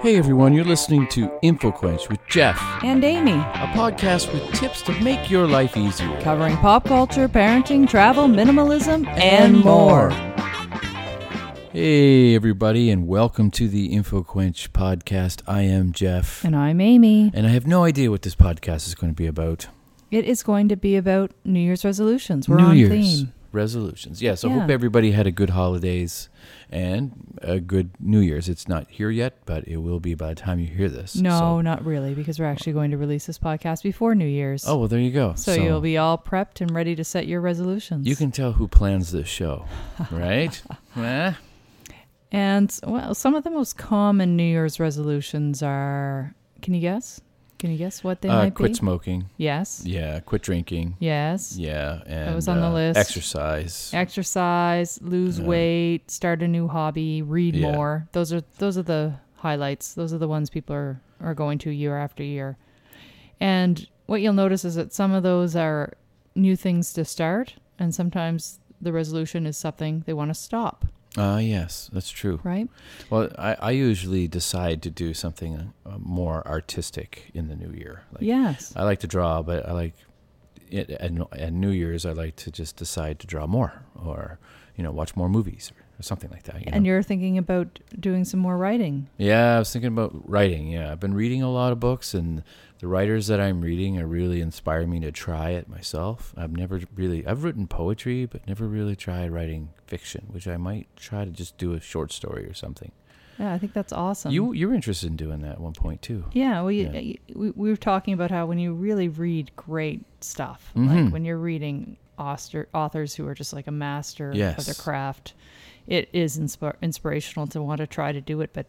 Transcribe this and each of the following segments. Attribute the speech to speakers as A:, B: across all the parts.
A: Hey everyone, you're listening to InfoQuench with Jeff,
B: and Amy,
A: a podcast with tips to make your life easier.
B: covering pop culture, parenting, travel, minimalism, and more.
A: Hey everybody, and welcome to the InfoQuench podcast. I am Jeff,
B: And I'm Amy.
A: and I have no idea what this podcast is going to be about.
B: It is going to be about New Year's resolutions. We're
A: New
B: on
A: Year's
B: theme.
A: resolutions. Yeah, so I
B: Yeah.
A: hope everybody had a good holidays and a good New Year's. It's not here yet, but it will be by the time you hear this.
B: No,
A: So-
B: not really, because we're actually going to release this podcast before New Year's.
A: oh well, there you go.
B: so, you'll be all prepped and ready to set your resolutions.
A: You can tell who plans this show, right? Eh?
B: And well, some of the most common New Year's resolutions are. Can you guess? Can you guess what they
A: uh,
B: might
A: quit
B: be?
A: smoking.
B: yes.
A: Yeah, quit drinking.
B: Yes.
A: Yeah, and
B: was on the
A: uh,
B: list.
A: Exercise.
B: exercise, lose
A: Uh,
B: weight, start a new hobby, read
A: Yeah.
B: more. Those are those are the highlights. Those are the ones people are are going to year after year. And what you'll notice is that some of those are new things to start and sometimes the resolution is something they want to stop,
A: Ah, yes, that's true.
B: right?
A: Well, I, I usually decide to do something uh, more artistic in the new year. Like, uh,
B: yes.
A: I like to draw, but I like it, at, no- at New Year's I like to just decide to draw more, or you know, watch more movies or, or something like that. You
B: And
A: know?
B: you're thinking about doing some more writing.
A: yeah, I was thinking about writing. Yeah, I've been reading a lot of books, and the writers that I'm reading are really inspire me to try it myself. I've never really I've written poetry, but never really tried writing fiction, which I might try to just do a short story or something.
B: Yeah, I think that's awesome.
A: You you're interested in doing that at one point too.
B: Yeah, well, you,
A: Yeah.
B: y we, we were talking about how when you really read great stuff,
A: Mhm.
B: like when you're reading author, authors who are just like a master of their
A: Yes.
B: craft, it is insp- inspirational to want to try to do it. But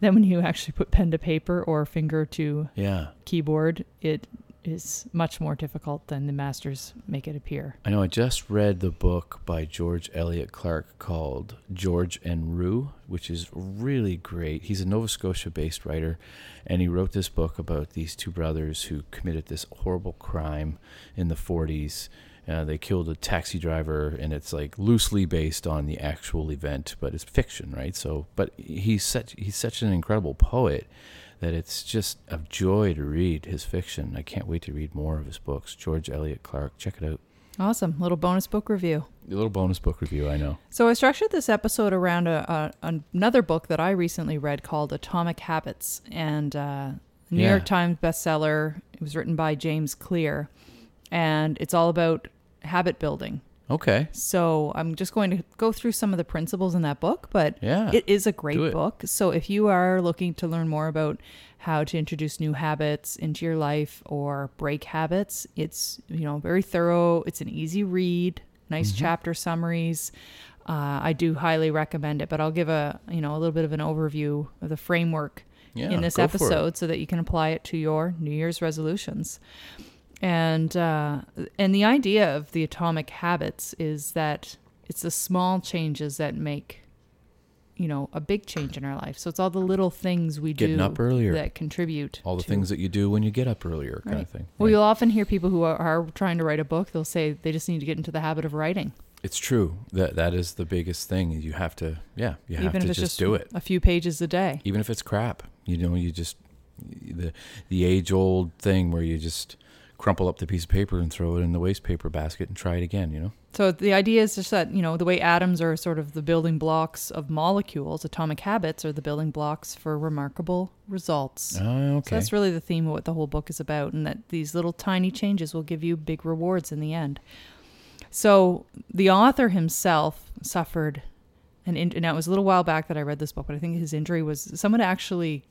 B: then when you actually put pen to paper or finger to
A: Yeah.
B: keyboard, it is much more difficult than the masters make it appear.
A: I know I just read the book by George Eliot Clark called George and Rue, which is really great. He's a Nova Scotia based writer, and he wrote this book about these two brothers who committed this horrible crime in the 40s. Uh, they killed a taxi driver, and it's like loosely based on the actual event, but it's fiction, right? So, but he's such he's such an incredible poet that it's just a joy to read his fiction. I can't wait to read more of his books. George Eliot Clark, check it out.
B: Awesome. Little bonus book review.
A: A little bonus book review, I know.
B: So I structured this episode around a, a, another book that I recently read called Atomic Habits, and uh, New
A: Yeah.
B: York Times bestseller. It was written by James Clear, and it's all about habit building.
A: Okay.
B: So I'm just going to go through some of the principles in that book, but
A: Yeah.
B: it is a great
A: do it.
B: book. So if you are looking to learn more about how to introduce new habits into your life or break habits, it's you know very thorough. It's an easy read, nice
A: Mm-hmm.
B: chapter summaries. Uh, I do highly recommend it, but I'll give a you know a little bit of an overview of the framework
A: Yeah,
B: in this
A: go for it.
B: episode so that you can apply it to your New Year's resolutions. And uh, and the idea of the atomic habits is that it's the small changes that make you know a big change in our life. So it's all the little things we
A: Getting
B: do
A: up earlier.
B: that contribute.
A: All the
B: to-
A: things that you do when you get up earlier, kind
B: Right.
A: of thing.
B: Well,
A: Right.
B: you'll often hear people who are, are trying to write a book. They'll say they just need to get into the habit of writing,
A: It's true. That that is the biggest thing. You have to, yeah, you have
B: even
A: to
B: if it's
A: just,
B: just
A: do it,
B: a few pages a day.
A: even if it's crap. You know, you just the the age old thing where you just crumple up the piece of paper and throw it in the waste paper basket and try it again. You know.
B: So the idea is just that, you know, the way atoms are sort of the building blocks of molecules, atomic habits are the building blocks for remarkable results.
A: Oh,
B: So
A: okay.
B: that's really the theme of what the whole book is about, and that these little tiny changes will give you big rewards in the end. So the author himself suffered an injury. Now it was a little while back that I read this book, but I think his injury was someone actually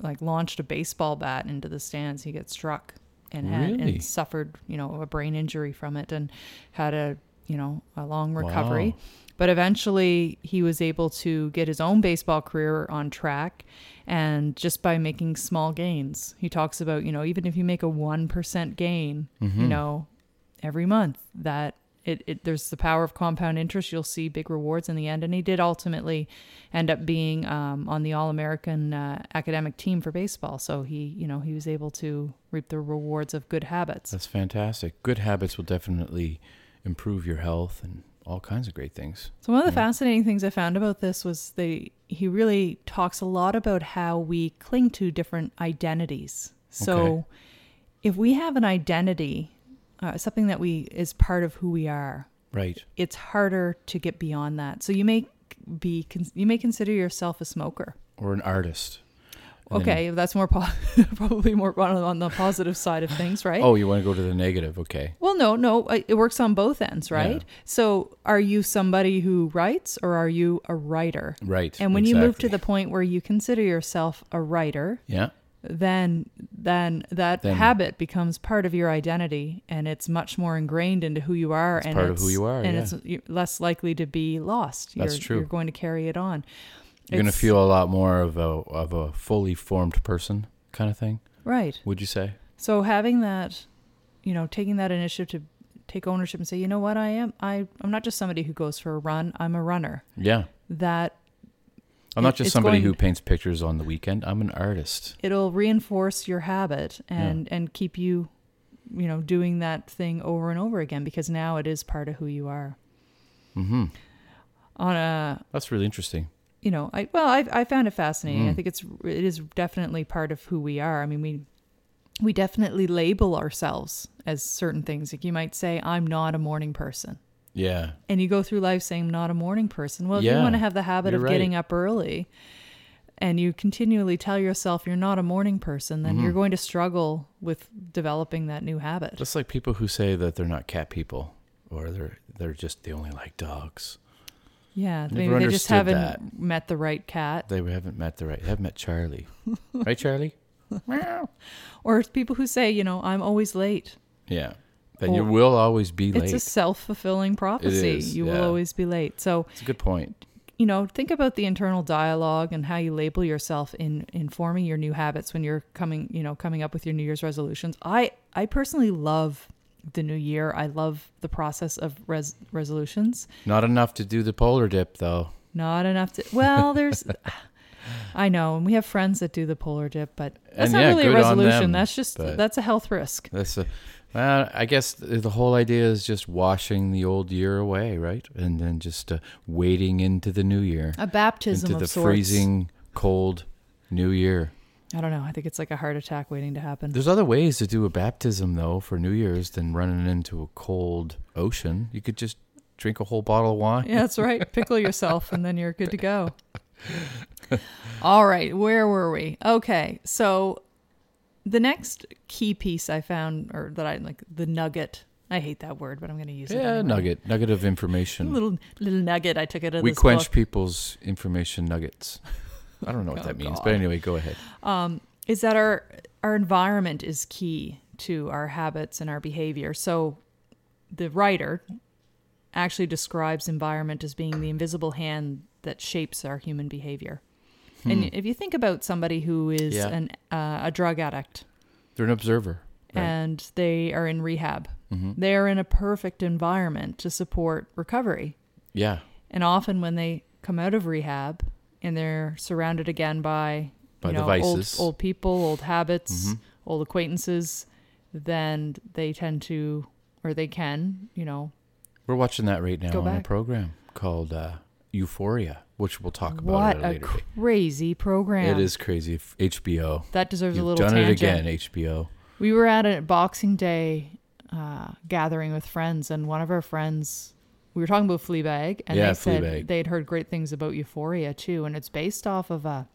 B: like launched a baseball bat into the stands. He got struck and had,
A: Really?
B: and suffered you know a brain injury from it and had a you know a long recovery.
A: Wow.
B: But eventually, he was able to get his own baseball career on track, and just by making small gains, he talks about you know even if you make a one percent gain, you know, every month that it, it there's the power of compound interest. You'll see big rewards in the end, and he did ultimately end up being um, on the All American uh, academic team for baseball. So he you know he was able to reap the rewards of good habits.
A: That's fantastic. Good habits will definitely improve your health and all kinds of great things.
B: So one of the fascinating things I found about this was they he really talks a lot about how we cling to different identities. So
A: Okay.
B: if we have an identity, uh, something that we is part of who we are,
A: Right.
B: it's harder to get beyond that. So you may be con- you may consider yourself a smoker.
A: Or an artist. And then-
B: Okay, that's more po- probably more on, on the positive side of things, right?
A: oh, you want to go to the negative? Okay.
B: Well, no, no, I- it works on both ends, right? So, are you somebody who writes or are you a writer?
A: Right.
B: And when you move to
A: exactly.
B: the point where you consider yourself a writer,
A: yeah,
B: then then that
A: Then-
B: habit becomes part of your identity and it's much more ingrained into who you are and
A: part of
B: it's,
A: who you are,
B: and
A: yeah.
B: it's you're less likely to be lost.
A: That's
B: you're,
A: true.
B: You're going to carry it on.
A: you're gonna
B: It's-
A: feel a lot more of a of a fully formed person kind of thing.
B: right.
A: Would you say?
B: So having that, you know, taking that initiative to take ownership and say, you know what, I am I I'm not just somebody who goes for a run. I'm a runner.
A: Yeah.
B: That
A: I'm
B: It-
A: not just
B: it's
A: somebody
B: going-
A: who paints pictures on the weekend. I'm an artist.
B: it'll reinforce your habit and and keep you you know doing that thing over and over again because now it is part of who you are mm-hmm. on a
A: That's really interesting.
B: you know i well i, I found it fascinating i think it's it is definitely part of who we are i mean we we definitely label ourselves as certain things like you might say i'm not a morning person
A: Yeah.
B: and you go through life saying "I'm not a morning person. Well, if you
A: Yeah,
B: want to have the habit
A: you're
B: of getting
A: right.
B: up early and you continually tell yourself you're not a morning person, then
A: Mm-hmm.
B: you're going to struggle with developing that new habit.
A: That's like people who say that they're not cat people or they're they're just they only like dogs.
B: Yeah, maybe
A: never
B: they just
A: understood
B: haven't
A: that.
B: met the right cat.
A: They haven't met the right. They haven't met Charlie, right, Charlie? Meow.
B: Or it's people who say, you know, I'm always late.
A: yeah. Then you
B: Or-
A: will always be late.
B: It's a self fulfilling prophecy.
A: is,
B: you
A: yeah.
B: will always be late. So,
A: it's a good point.
B: you know, think about the internal dialogue and how you label yourself in in forming your new habits when you're coming, you know, coming up with your New Year's resolutions. I I personally love the new year. I love the process of res- resolutions.
A: Not enough to do the polar dip though.
B: Not enough to. Well, there's. I know, and we have friends that do the polar dip, but that's
A: And
B: not
A: yeah,
B: really a
A: good on
B: resolution.
A: them,
B: that's just
A: but-
B: that's a health risk.
A: That's a, well, I guess th- the whole idea is just washing the old year away, right? And then just uh, wading into the new year,
B: A baptism
A: into
B: of
A: the
B: sorts.
A: freezing cold new year.
B: I don't know. I think it's like a heart attack waiting to happen.
A: There's other ways to do a baptism though for New Year's than running into a cold ocean. You could just drink a whole bottle of wine.
B: Yeah, that's right. Pickle yourself and then you're good to go. All right, where were we? Okay, so the next key piece I found, or that I like, the nugget. I hate that word, but I'm going to use it.
A: Yeah,
B: anyway.
A: nugget, nugget of information.
B: Little little nugget. I took it out of
A: We
B: this
A: quench
B: book.
A: people's information nuggets. I don't know what
B: Oh,
A: that means,
B: God.
A: but anyway, go ahead.
B: Is that our our environment is key to our habits and our behavior. So the writer actually describes environment as being the invisible hand that shapes our human behavior. And if you think about somebody who is
A: Hmm. Yeah.
B: an uh, a drug addict
A: They're an observer. Right? Mm-hmm.
B: and they are in rehab, they are in a perfect environment to support recovery.
A: yeah,
B: And often when they come out of rehab and they're surrounded again by,
A: By Mm-hmm. the
B: you know,
A: vices.
B: Old, old people, old habits, old acquaintances, then they tend to, or they can, you know,
A: We're watching that right now
B: Go
A: on a
B: back.
A: program called uh, Euphoria, which we'll talk about at
B: what
A: a
B: a
A: later date.
B: crazy program.
A: It is crazy. F- HBO.
B: That deserves a
A: You've
B: little
A: done
B: tangent.
A: it again, HBO.
B: We were at a Boxing Day uh, gathering with friends, and one of our friends, we were talking about Fleabag, and
A: Yeah,
B: they said
A: Fleabag.
B: they'd heard great things about Euphoria too, and it's based off of a.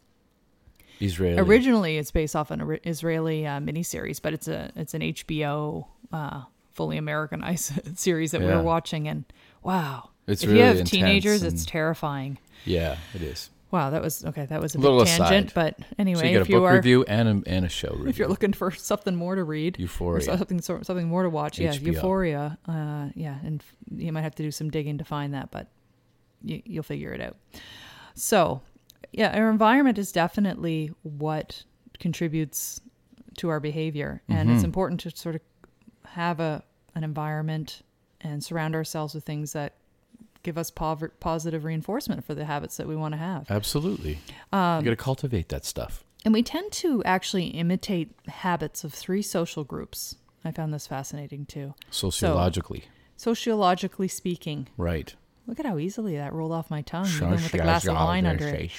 A: Israeli.
B: Originally, it's based off an ori- Israeli uh, miniseries, but it's a it's an HBO uh, fully Americanized series that we
A: Yeah.
B: were watching, and wow,
A: It's
B: if
A: really
B: you have
A: intense
B: teenagers, it's
A: and-
B: terrifying.
A: yeah, it is.
B: Wow, that was okay. That was a
A: Little
B: big tangent,
A: aside.
B: but anyway,
A: so you got
B: if
A: a book
B: you are
A: review and a, and a show review.
B: if you're looking for something more to read, or
A: Euphoria.
B: something so- something more to watch, yeah,
A: HBO.
B: Euphoria, uh, yeah, and f- you might have to do some digging to find that, but you, you'll figure it out. So, yeah, our environment is definitely what contributes to our behavior, and it's important to sort of have a an environment and surround ourselves with things that give us pov- positive reinforcement for the habits that we want to have.
A: Absolutely. you got
B: Um,
A: to cultivate that stuff.
B: And we tend to actually imitate habits of three social groups. I found this fascinating too.
A: Sociologically.
B: Sociologically speaking,
A: right.
B: Look at how easily that rolled off my tongue, even with a glass of wine under it.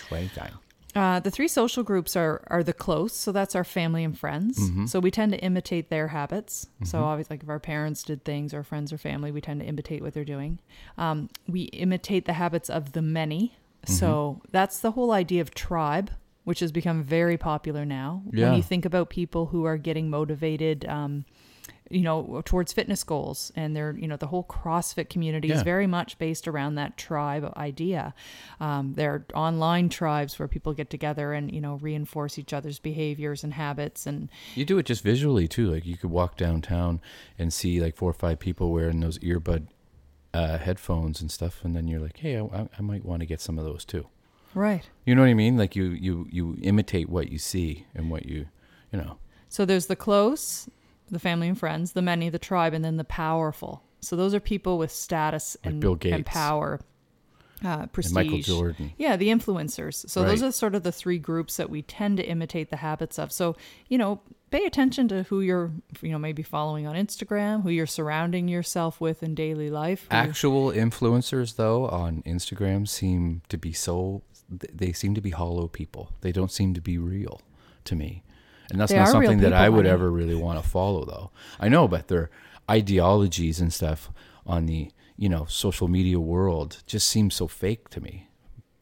B: Uh, the three social groups are are the close, so that's our family and friends. So we tend to imitate their habits. So obviously, like if our parents did things, or friends or family, we tend to imitate what they're doing. Um, we imitate the habits of the many. So that's the whole idea of tribe, which has become very popular now.
A: Yeah.
B: When you think about people who are getting motivated. Um, you know, towards fitness goals, and they're you know the whole CrossFit community is
A: Yeah.
B: very very much based around that tribe idea. Um, there are online tribes where people get together and you know reinforce each other's behaviors and habits. And
A: You do it just visually too. Like you could walk downtown and see like four or five people wearing those earbud uh, headphones and stuff, and then you're like, hey, I, I- I might want to get some of those too.
B: right.
A: You know what I mean? Like you you you imitate what you see and what you you know.
B: So there's the close, the family and friends, the many, the tribe, and then the powerful. So those are people with status
A: Like
B: and,
A: Bill
B: and
A: Gates.
B: power, uh, prestige.
A: Michael Jordan.
B: Yeah, the influencers. So those
A: Right.
B: are sort of the three groups that we tend to imitate the habits of. So you know, pay attention to who you're, you know, maybe following on Instagram, who you're surrounding yourself with in daily life. who-
A: Actual influencers though on Instagram seem to be so th- they seem to be hollow people. They don't seem to be real to me. And that's
B: They
A: not
B: are real
A: something that I
B: people,
A: would
B: honey.
A: ever really want to follow though. I know but their ideologies and stuff on the, you know, social media world just seem so fake to me.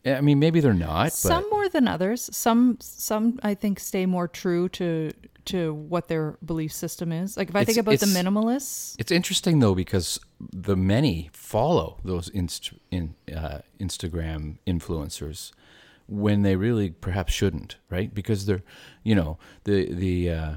A: I mean, maybe they're not, but
B: some more than others some some i think stay more true to to what their belief system is like if i
A: It's-
B: think about the
A: it's-
B: minimalists
A: It's interesting though because the many follow those inst- in, uh, Instagram influencers when they really perhaps shouldn't, right? Because they're, you know, the the uh,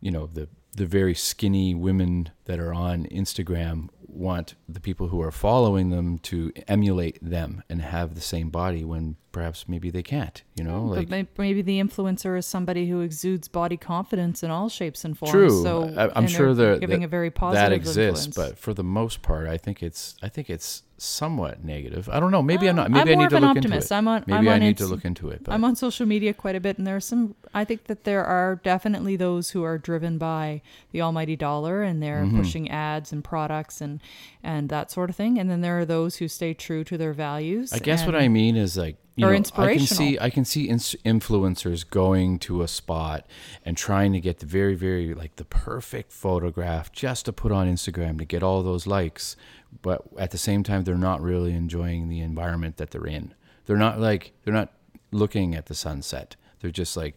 A: you know the the very skinny women that are on Instagram want the people who are following them to emulate them and have the same body when perhaps maybe they can't, you know,
B: Mm, but
A: like
B: may- maybe the influencer is somebody who exudes body confidence in all shapes and forms
A: True.
B: so
A: I, I'm
B: and
A: sure
B: they're
A: that
B: giving
A: that,
B: a very positive
A: that exists,
B: influence.
A: but for the most part, I think it's I think it's somewhat negative. I don't know. Maybe I'm not.
B: Uh, I'm
A: Maybe I
B: more
A: need
B: of
A: to
B: an
A: look
B: optimist.
A: into it.
B: I'm on-
A: maybe
B: I'm
A: I
B: on
A: need
B: ins-
A: to look into it. But
B: I'm on social media quite a bit, and there are some. I think that there are definitely those who are driven by the almighty dollar, and they're
A: Mm-hmm.
B: pushing ads and products and and that sort of thing. And then there are those who stay true to their values.
A: I guess what
B: and-
A: I mean is like you
B: Or
A: know, I can
B: inspirational.
A: see I can see ins- influencers going to a spot and trying to get the very very like the perfect photograph just to put on Instagram to get all those likes, but at the same time they're not really enjoying the environment that they're in. They're not like they're not looking at the sunset. They're just like,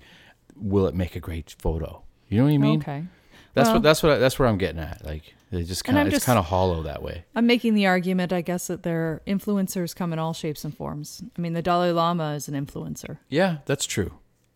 A: will it make a great photo? You know what I mean?
B: okay.
A: That's
B: Well-
A: what that's what I, that's where I'm getting at. Like it just
B: And
A: kind
B: I'm
A: of it's
B: just-
A: kind of hollow that way.
B: I'm making the argument, I guess, that their influencers come in all shapes and forms. I mean, the Dalai Lama is an influencer.
A: Yeah, that's true.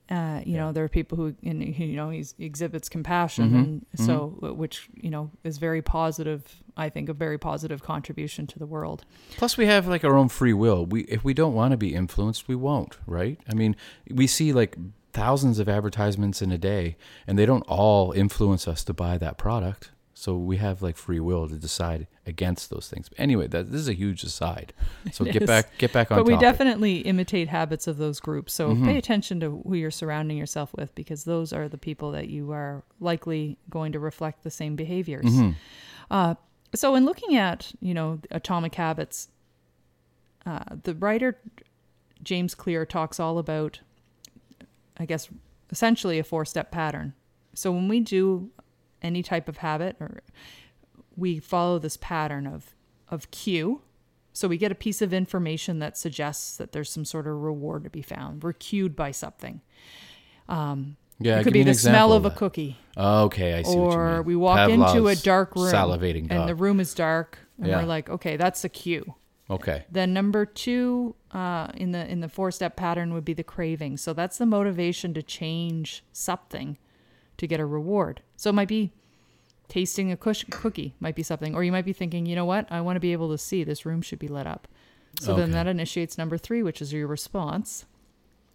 B: Uh, you know, there are people who, and, you know, he exhibits compassion, and so which you know is very positive. I think a very positive contribution to the world.
A: Plus, we have like our own free will. We if we don't want to be influenced, we won't, right? I mean, we see like thousands of advertisements in a day, and they don't all influence us to buy that product. So we have like free will to decide against those things. But anyway, that this is a huge aside. So
B: It
A: get
B: is.
A: back, get back on.
B: But
A: topic.
B: we
A: Mm-hmm.
B: definitely imitate habits of those groups. So pay attention to who you're surrounding yourself with, because those are the people that you are likely going to reflect the same behaviors.
A: Mm-hmm.
B: Uh, so in looking at you know atomic habits, uh, the writer James Clear talks all about, I guess, essentially a four step pattern. So when we do any type of habit, or we follow this pattern of of cue. So we get a piece of information that suggests that there's some sort of reward to be found. We're cued by something.
A: yeah,
B: it
A: give
B: could
A: me
B: be
A: an
B: the
A: example
B: smell of a
A: that.
B: cookie,
A: Okay, I see. what you
B: or
A: mean.
B: we walk into a
A: Pavlov's
B: dark room,
A: salivating
B: and the
A: dog.
B: room is dark, and
A: Yeah.
B: we're like, okay, that's a cue.
A: okay,
B: Then number two uh, in the in the four step pattern would be the craving. So that's the motivation to change something to get a reward. So it might be tasting a cush- cookie, might be something, or you might be thinking, you know what, I want to be able to see. This room should be lit up. So
A: Okay.
B: then that initiates number three, which is your response.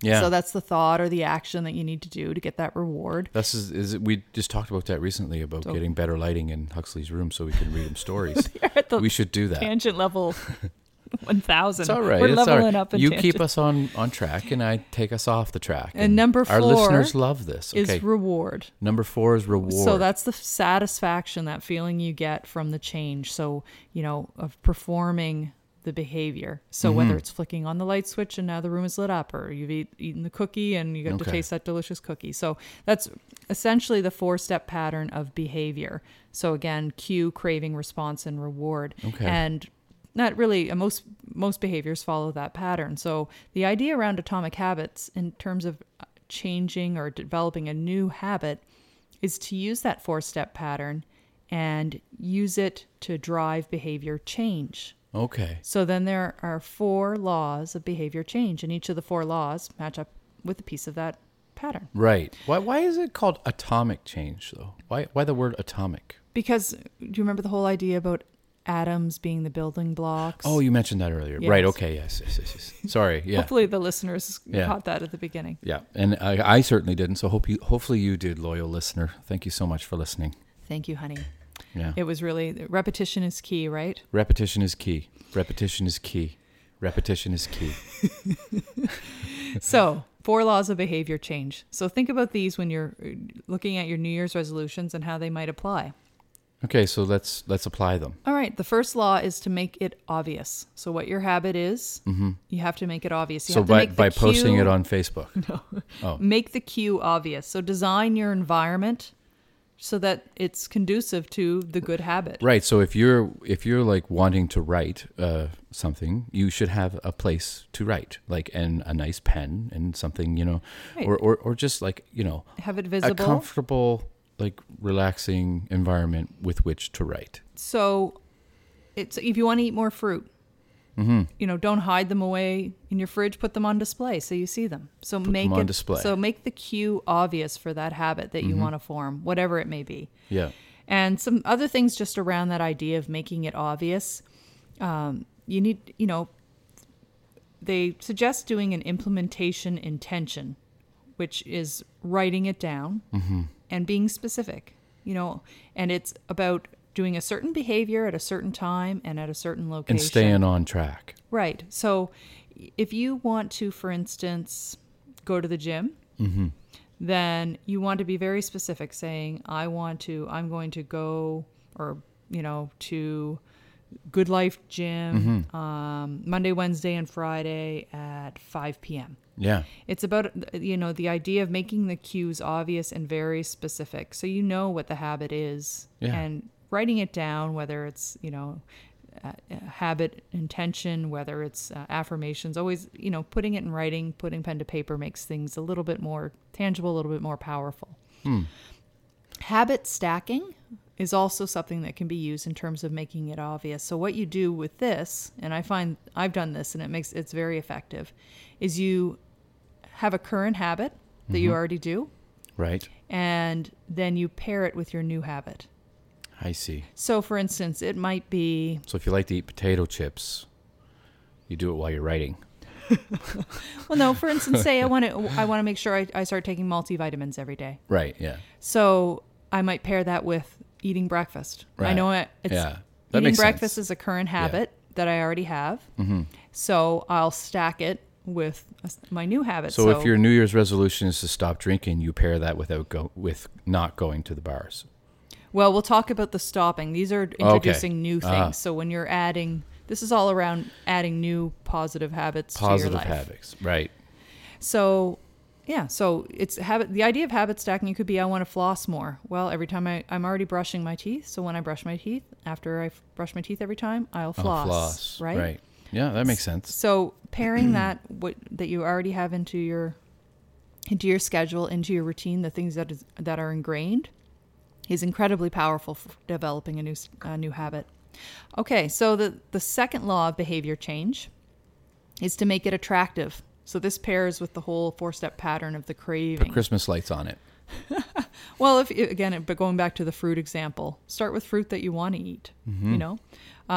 A: yeah.
B: So that's the thought or the action that you need to do to get that reward.
A: This is, is it, we just talked about that recently about
B: So-
A: getting better lighting in Huxley's room so we can read him stories.
B: at the
A: we should do that.
B: Tangent level. One thousand.
A: It's all right.
B: We're
A: it's all
B: leveling
A: right.
B: up. In
A: you
B: tangent.
A: keep us on on track, and I take us off the track.
B: And number
A: our
B: four
A: listeners love this. Okay,
B: is reward.
A: number four is reward.
B: So that's the satisfaction, that feeling you get from the change. So, you know, of performing the behavior. So
A: Mm-hmm.
B: whether it's flicking on the light switch and now the room is lit up, or you've eat, eaten the cookie and you got to
A: Okay.
B: taste that delicious cookie. So that's essentially the four step pattern of behavior. So again, cue, craving, response, and reward.
A: Okay.
B: And not really uh, most most behaviors follow that pattern. So the idea around atomic habits in terms of uh, changing or developing a new habit is to use that four step pattern and use it to drive behavior change.
A: Okay.
B: So then there are four laws of behavior change, and each of the four laws match up with a piece of that pattern.
A: Right. Why why is it called atomic change though? Why why the word atomic?
B: Because uh, do you remember the whole idea about atoms being the building blocks?
A: Oh, you mentioned that earlier. Right.
B: Yes.
A: Okay. Yes. Yes. Yes. yes. Sorry. Yeah.
B: Hopefully the listeners
A: Yeah.
B: caught that at the beginning.
A: Yeah. And I, I certainly didn't. So hope you, hopefully you did, loyal listener. Thank you so much for listening.
B: Thank you, honey.
A: Yeah.
B: It was really repetition is key, right?
A: Repetition is key. Repetition is key. Repetition is key.
B: so four laws of behavior change. So think about these when you're uh, looking at your New Year's resolutions and how they might apply.
A: Okay. So let's let's apply them.
B: All right. The first law is to make it obvious. So what your habit is, you have to make it obvious. You
A: Mm-hmm. so
B: have to
A: by
B: make the
A: by posting
B: cue-
A: it on Facebook.
B: make the cue obvious. So design your environment so that it's conducive to the good habit.
A: Right. So if you're if you're like wanting to write uh, something, you should have a place to write, like and a nice pen and something, you know,
B: Right.
A: or, or or just like you know,
B: Have it
A: a
B: visible.
A: comfortable, like relaxing environment with which to write.
B: so it's if you want to eat more fruit,
A: Mm-hmm.
B: you know, don't hide them away in your fridge. Put them on display so you see them. So make
A: on
B: it
A: display. Mm-hmm.
B: so make the cue obvious for that habit that you want to form, whatever it may be.
A: Yeah.
B: and some other things just around that idea of making it obvious. Um, you need, you know, they suggest doing an implementation intention, which is writing it down
A: Mm-hmm.
B: and being specific, you know, and it's about doing a certain behavior at a certain time and at a certain location.
A: And staying on track.
B: Right. So if you want to, for instance, go to the gym, then you want to be very specific, saying, I want to, I'm going to go or, you know, to Good Life Gym um, Monday, Wednesday, and Friday at 5 p.m.
A: Yeah.
B: It's about, you know, the idea of making the cues obvious and very specific. So you know what the habit is
A: Yeah.
B: and writing it down, whether it's, you know, uh, uh, habit intention, whether it's uh, affirmations, always, you know, putting it in writing, putting pen to paper makes things a little bit more tangible, a little bit more powerful. Habit stacking is also something that can be used in terms of making it obvious. So what you do with this, and I find I've done this and it makes it's very effective, is you have a current habit that
A: Mm-hmm.
B: you already do
A: Right.
B: and then you pair it with your new habit.
A: I see.
B: So for instance, it might be
A: So if you like to eat potato chips, you do it while you're writing.
B: well no, for instance, say I want to I want to make sure I, I start taking multivitamins every day.
A: Right. Yeah.
B: So I might pair that with eating breakfast. I
A: Right.
B: know it, it's
A: Yeah. That
B: eating
A: makes sense. Mm-hmm.
B: breakfast is a current habit that I already have. So I'll stack it with a s- my new habit.
A: So, if your New Year's resolution is to stop drinking, you pair that without go with not going to the bars.
B: well, we'll talk about the stopping. These are introducing new things.
A: Uh-huh.
B: So when you're adding, this is all around adding new positive habits to
A: Positive
B: your life.
A: habits. Right.
B: So yeah, so it's habit. The idea of habit stacking could be I want to floss more. Well, every time I, I'm already brushing my teeth, so when I brush my teeth, after I f- brush my teeth every time, I'll
A: Oh,
B: floss, right?
A: Right. Yeah, that makes sense.
B: So pairing that what that you already have into your into your schedule, into your routine, the things that is that are ingrained is incredibly powerful for developing a new s- a new habit. Okay, so the the second law of behavior change is to make it attractive. So this pairs with the whole four-step pattern of the
A: Put
B: craving.
A: Christmas lights on it.
B: Well, if again, it- but going back to the fruit example, start with fruit that you want to eat.
A: Mm-hmm.
B: You know, um,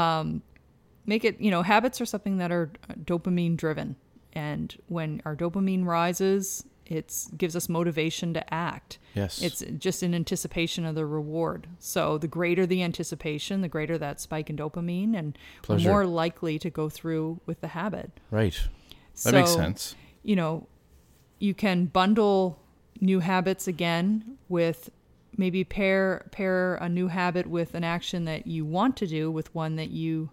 B: make it. You know, habits are something that are uh, dopamine driven, and when our dopamine rises, it gives us motivation to act.
A: Yes.
B: It's just in anticipation of the reward. So the greater the anticipation, the greater that spike in dopamine, and we're
A: Pleasure.
B: more likely to go through with the habit.
A: right. That makes
B: So,
A: sense.
B: you know, you can bundle new habits again with maybe pair pair a new habit with an action that you want to do with one that you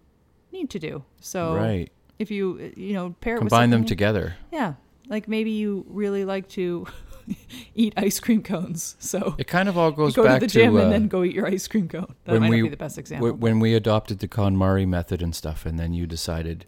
B: need to do. So
A: right.
B: if you you know pair it
A: Combine
B: with
A: them
B: Oh. something-
A: together.
B: Yeah, like maybe you really like to eat ice cream cones, so
A: It kind of all
B: you
A: goes
B: go to
A: back
B: the gym
A: uh,
B: and then go eat your ice cream cone. That
A: when
B: might
A: we-
B: not be the best example.
A: Wh- When we adopted the KonMari method and stuff, and then you decided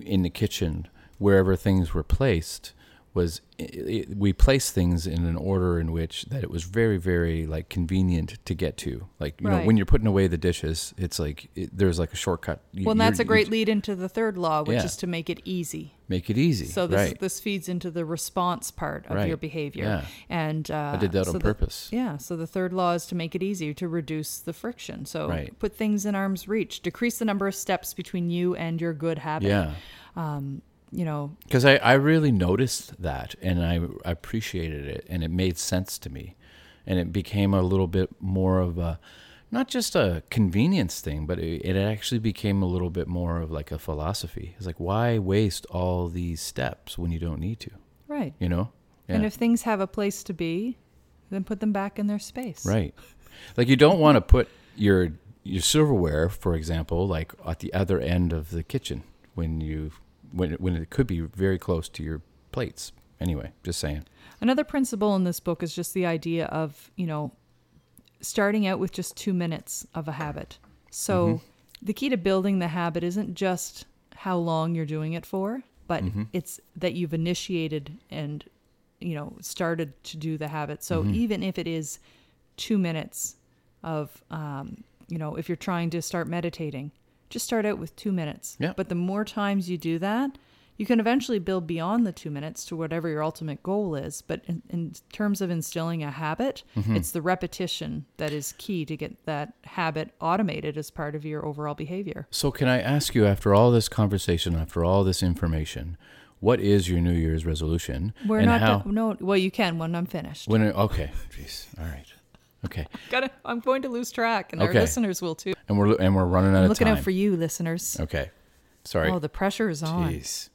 A: in the kitchen wherever things were placed was i i we placed things in an order in which that it was very very like convenient to get to like you know
B: Right.
A: when you're putting away the dishes it's like it, there's like a shortcut You-
B: well, and that's
A: you're-
B: a great
A: you
B: lead into the third law, which
A: Yeah.
B: is to make it easy.
A: make it easy
B: So this
A: right
B: this feeds into the response part of
A: Right.
B: your behavior.
A: Yeah.
B: And uh,
A: I did that
B: so
A: on
B: the-
A: purpose
B: Yeah, so the third law is to make it easier to reduce the friction. So
A: Right.
B: put things in arm's reach, decrease the number of steps between you and your good habit.
A: yeah
B: You know,
A: because I, I really noticed that and I appreciated it and it made sense to me and it became a little bit more of a not just a convenience thing but it, it actually became a little bit more of like a philosophy it's like why waste all these steps when you don't need to
B: right.
A: you know yeah.
B: And if things have a place to be, then put them back in their space.
A: right like you don't want to put your your silverware for example like at the other end of the kitchen when you when when it could be very close to your plates anyway just saying
B: Another principle in this book is just the idea of, you know, starting out with just two minutes of a habit. So the key to building the habit isn't just how long you're doing it for, but it's that you've initiated and, you know, started to do the habit. So even if it is two minutes of, um, you know, if you're trying to start meditating, just start out with two minutes.
A: Yeah.
B: But the more times you do that, you can eventually build beyond the two minutes to whatever your ultimate goal is. But in, in terms of instilling a habit,
A: Mm-hmm.
B: it's the repetition that is key to get that habit automated as part of your overall behavior.
A: So, can I ask you, after all this conversation, after all this information, what is your New Year's resolution?
B: We're
A: and
B: not
A: how?
B: done- no. Well, you can when I'm finished.
A: When? Okay. Jeez. All right. Okay.
B: Gotta, I'm going to lose track, and our
A: Okay.
B: listeners will too.
A: And we're and we're running out
B: I'm
A: of
B: looking
A: time.
B: out for you, listeners.
A: okay. Sorry.
B: Oh, the pressure is on.
A: Jeez.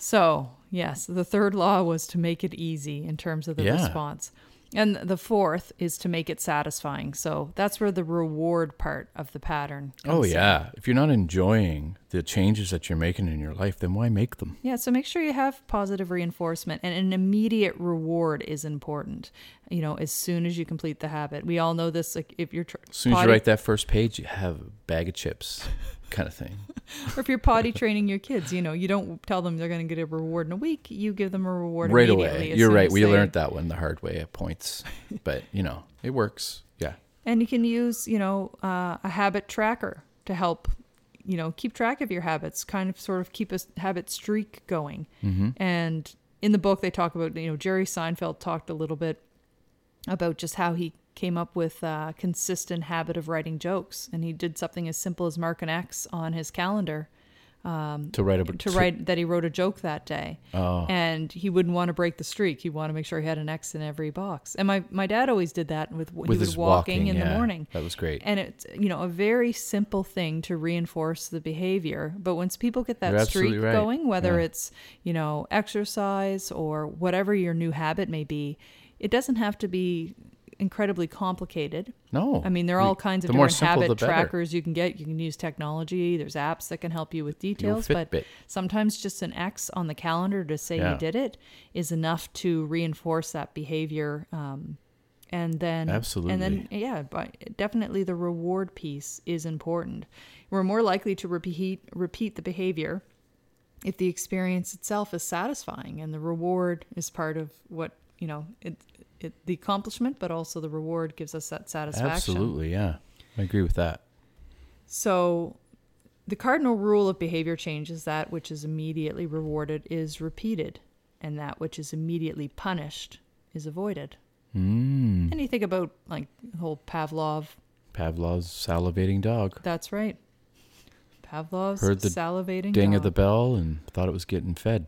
B: So, yes, the third law was to make it easy in terms of the
A: Yeah.
B: response. And the fourth is to make it satisfying. So that's where the reward part of the pattern.
A: Oh
B: comes in.
A: yeah. If you're not enjoying the changes that you're making in your life, then why make them?
B: Yeah, so make sure you have positive reinforcement and an immediate reward is important. You know, as soon as you complete the habit. We all know this like if you're tr-
A: As soon as
B: potty-
A: you write that first page, you have a bag of chips, kind of thing.
B: or if you're potty training your kids, you know, you don't tell them they're going to get a reward in a week, you give them a reward
A: right
B: immediately
A: away.
B: as
A: You're
B: soon
A: right.
B: as
A: We
B: they-
A: learned that one the hard way at points, but you know it works. Yeah.
B: And you can use, you know, uh, a habit tracker to help, you know, keep track of your habits, kind of sort of keep a s- habit streak going.
A: Mm-hmm.
B: And in the book, they talk about, you know, Jerry Seinfeld talked a little bit about just how he came up with a consistent habit of writing jokes. And he did something as simple as mark an X on his calendar
A: To write a
B: to write that he wrote a joke that day.
A: Oh.
B: And he wouldn't want to break the streak. He'd want to make sure he had an X in every box. And my, my dad always did that with, when he
A: with
B: was
A: his
B: walking, in the
A: yeah.
B: morning.
A: That was great.
B: And it's you know a very simple thing to reinforce the behavior, but once people get
A: You're
B: that streak
A: absolutely right.
B: going, whether
A: Yeah.
B: it's you know exercise or whatever your new habit may be, it doesn't have to be incredibly complicated.
A: No.
B: I mean, there are
A: We-
B: all kinds of
A: the more
B: different
A: simple,
B: habit
A: the better.
B: trackers you can get. You can use technology. There's apps that can help you with details, but
A: Fitbit.
B: sometimes just an X on the calendar to say
A: Yeah.
B: you did it is enough to reinforce that behavior. Um, and then, and then,
A: Absolutely.
B: yeah, but definitely the reward piece is important. We're more likely to repeat repeat the behavior if the experience itself is satisfying and the reward is part of what you know it, it the accomplishment but also the reward gives us that satisfaction
A: Absolutely, yeah. I agree with that.
B: so the cardinal rule of behavior change is that which is immediately rewarded is repeated and that which is immediately punished is avoided
A: Mm.
B: and you think about like the whole pavlov
A: Pavlov's salivating dog.
B: that's right pavlov's
A: Heard the
B: salivating
A: Ding
B: dog.
A: of the bell and thought it was getting fed.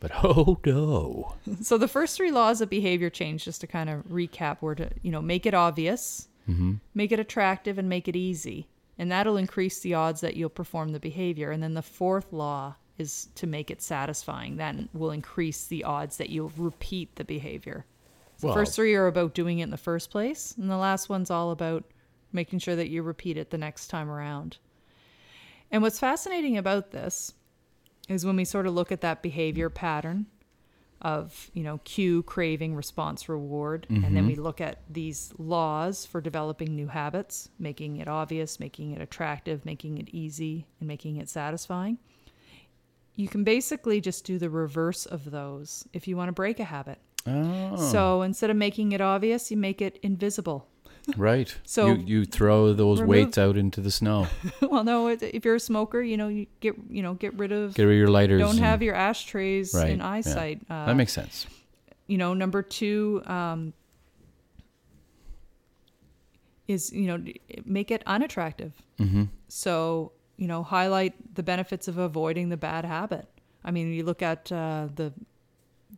A: But oh no.
B: So the first three laws of behavior change, just to kind of recap, were to you know make it obvious, make it attractive, and make it easy, and that'll increase the odds that you'll perform the behavior. And then the fourth law is to make it satisfying. That will increase the odds that you'll repeat the behavior. So
A: Well-
B: first three are about doing it in the first place, and the last one's all about making sure that you repeat it the next time around. And what's fascinating about this is when we sort of look at that behavior pattern of, you know, cue, craving, response, reward, and
A: Mm-hmm.
B: then we look at these laws for developing new habits, making it obvious, making it attractive, making it easy, and making it satisfying. You can basically just do the reverse of those if you want to break a habit.
A: Oh,
B: So instead of making it obvious, you make it invisible.
A: right.
B: So-
A: you, you throw those
B: Remove-
A: weights out into the snow.
B: well, no, it- if you're a smoker, you know, you get, you know, get rid of
A: Get rid of your lighters.
B: don't
A: and-
B: have your ashtrays
A: Right,
B: in
A: yeah.
B: eyesight. Uh,
A: that makes sense.
B: you know, number two um, is you know d- make it unattractive.
A: Mm-hmm.
B: So you know, highlight the benefits of avoiding the bad habit. I mean, you look at uh, the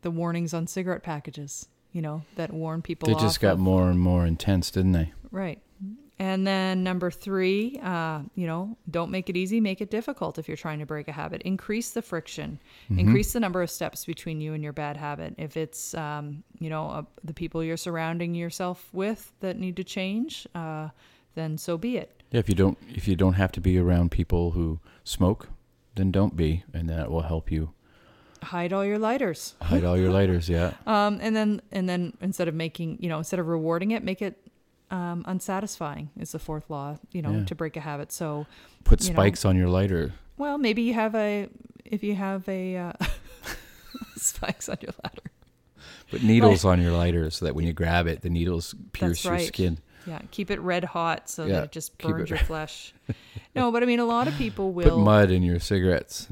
B: the warnings on cigarette packages. You know that warn people.
A: They
B: off
A: just got
B: of-
A: more and more intense, didn't they?
B: Right. And then number three, uh, you know, don't make it easy, make it difficult if you're trying to break a habit. Increase the friction, increase the number of steps between you and your bad habit. If it's, um, you know, uh, the people you're surrounding yourself with that need to change, uh, then so be it.
A: Yeah, if you don't if you don't have to be around people who smoke, then don't be, and that will help you
B: Hide all your lighters.
A: hide all your lighters. Yeah,
B: Um, and then, and then instead of making, you know, instead of rewarding it, make it um, unsatisfying is the fourth law, you know,
A: Yeah.
B: to break a habit. So,
A: put
B: You know.
A: spikes on your lighter.
B: Well, maybe you have a if you have a uh, spikes on your ladder.
A: Put needles on your lighter so that when you grab it, the needles pierce your
B: right.
A: skin.
B: Yeah, keep it red hot so
A: Yeah,
B: that it just
A: keep
B: burns
A: it
B: your flesh. no, but I mean, a lot of people
A: Put
B: will
A: mud in your cigarettes.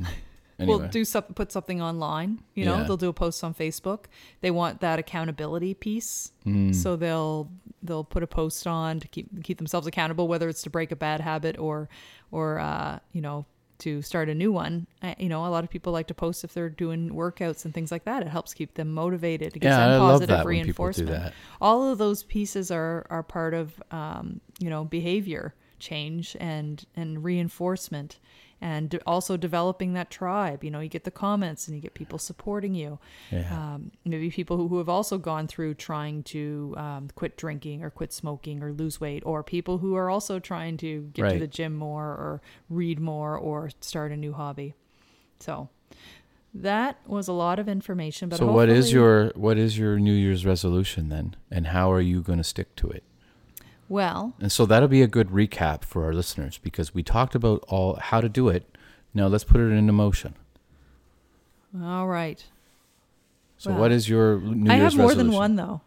A: Anyway,
B: will do something, put something online. You know,
A: Yeah.
B: they'll do a post on Facebook. They want that accountability piece,
A: Hmm.
B: so they'll they'll put a post on to keep keep themselves accountable, whether it's to break a bad habit or or uh, you know to start a new one. Uh, you know, a lot of people like to post if they're doing workouts and things like that. It helps keep them motivated. It gives
A: Yeah,
B: them
A: I love
B: positive
A: that when people do
B: reinforcement.
A: that.
B: All of those pieces are are part of um, you know behavior change and and reinforcement and de- also developing that tribe you know you get the comments and you get people supporting you
A: Yeah.
B: um, maybe people who, who have also gone through trying to um, quit drinking or quit smoking or lose weight or people who are also trying to get to
A: Right.
B: the gym more or read more or start a new hobby so that was a lot of information but
A: so what is
B: hopefully-
A: your what is your New Year's resolution then, and how are you going to stick to it?
B: well
A: And so that'll be a good recap for our listeners because we talked about all how to do it. Now let's put it into motion.
B: all right
A: So
B: Well,
A: what is your New
B: i
A: Year's
B: have more
A: resolution?
B: than one though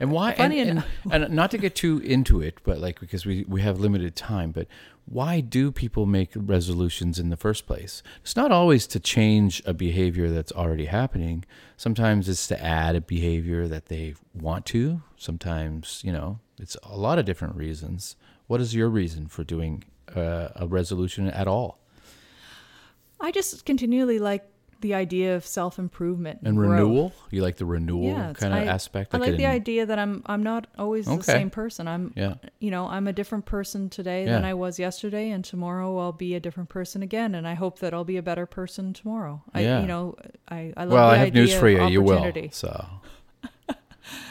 A: And why? And,
B: Funny
A: and,
B: enough-
A: and not to get too into it, but like because we we have limited time, but why do people make resolutions in the first place? It's not always to change a behavior that's already happening. Sometimes it's to add a behavior that they want to. Sometimes you know it's a lot of different reasons. What is your reason for doing uh, a resolution at all
B: i just continually like the idea of self-improvement
A: and
B: growth.
A: renewal? You like the renewal
B: yeah, it's-
A: kind of
B: I-
A: aspect?
B: I like
A: an-
B: the idea that I'm I'm not always the
A: Okay.
B: same person. I'm
A: Yeah.
B: you know I'm a different person today than
A: Yeah.
B: I was yesterday, and tomorrow I'll be a different person again. And I hope that I'll be a better person tomorrow. I
A: Yeah.
B: you know I I love
A: Well,
B: the
A: I have
B: idea
A: news for
B: of
A: you. You will.
B: opportunity.
A: So,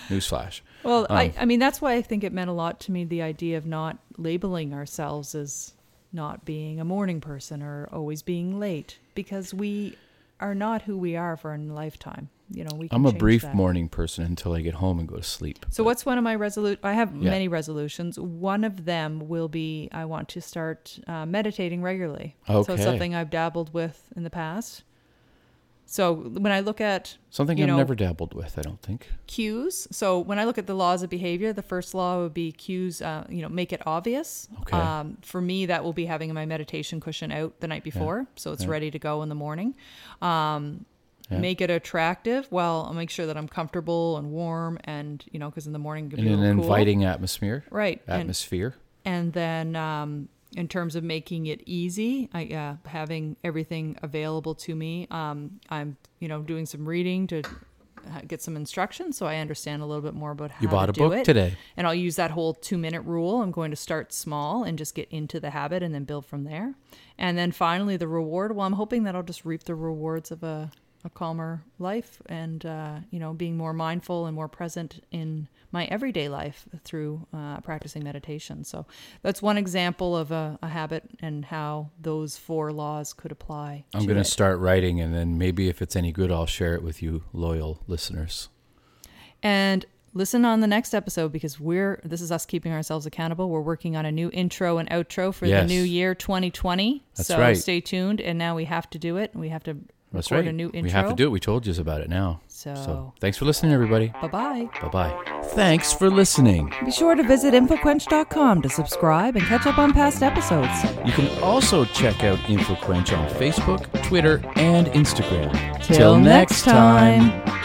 A: newsflash.
B: Well,
A: Um,
B: I I mean that's why I think it meant a lot to me the idea of not labeling ourselves as not being a morning person or always being late because we are not who we are for a lifetime. You know, we. Can
A: I'm a
B: change
A: brief
B: that.
A: morning person until I get home and go to sleep.
B: So what's one of my resolu? I have
A: Yeah.
B: many resolutions. One of them will be I want to start uh, meditating regularly. So
A: Okay.
B: it's something I've dabbled with in the past. So when I look at
A: Something
B: you
A: I've
B: know-
A: never dabbled with, I don't think.
B: cues, so when I look at the laws of behavior, the first law would be cues. Uh, you know, make it obvious.
A: Okay.
B: Um, for me, that will be having my meditation cushion out the night before, so it's
A: Yeah.
B: ready to go in the morning. Um,
A: Yeah.
B: Make it attractive. Well, I'll make sure that I'm comfortable and warm, and you know, because in the morning it could
A: In
B: be a
A: an
B: little cool.
A: inviting atmosphere.
B: Right. And,
A: Atmosphere.
B: and then um, in terms of making it easy, I, uh, having everything available to me, um, I'm, you know, doing some reading to uh, get some instruction so I understand a little bit more about how
A: you bought
B: to
A: a
B: do
A: book
B: it.
A: today.
B: And I'll use that whole two minute rule. I'm going to start small and just get into the habit and then build from there. And then finally, the reward. Well, I'm hoping that I'll just reap the rewards of a a calmer life and uh, you know being more mindful and more present in my everyday life through uh, practicing meditation so that's one example of a, a habit and how those four laws could apply
A: I'm going to start writing, and then maybe if it's any good, I'll share it with you, loyal listeners.
B: And listen on the next episode because we're this is us keeping ourselves accountable. We're working on a new intro and outro for
A: Yes.
B: the new year 2020.
A: That's
B: so
A: right.
B: stay tuned. And now we have to do it. We have to
A: That's
B: record
A: right.
B: a new intro.
A: We have to do it. We told you about it now.
B: So-
A: thanks for listening, everybody.
B: Bye bye.
A: Bye bye. Thanks for listening.
B: Be sure to visit InfoQuench.com to subscribe and catch up on past episodes.
A: You can also check out InfoQuench on Facebook, Twitter, and Instagram.
B: Till next time.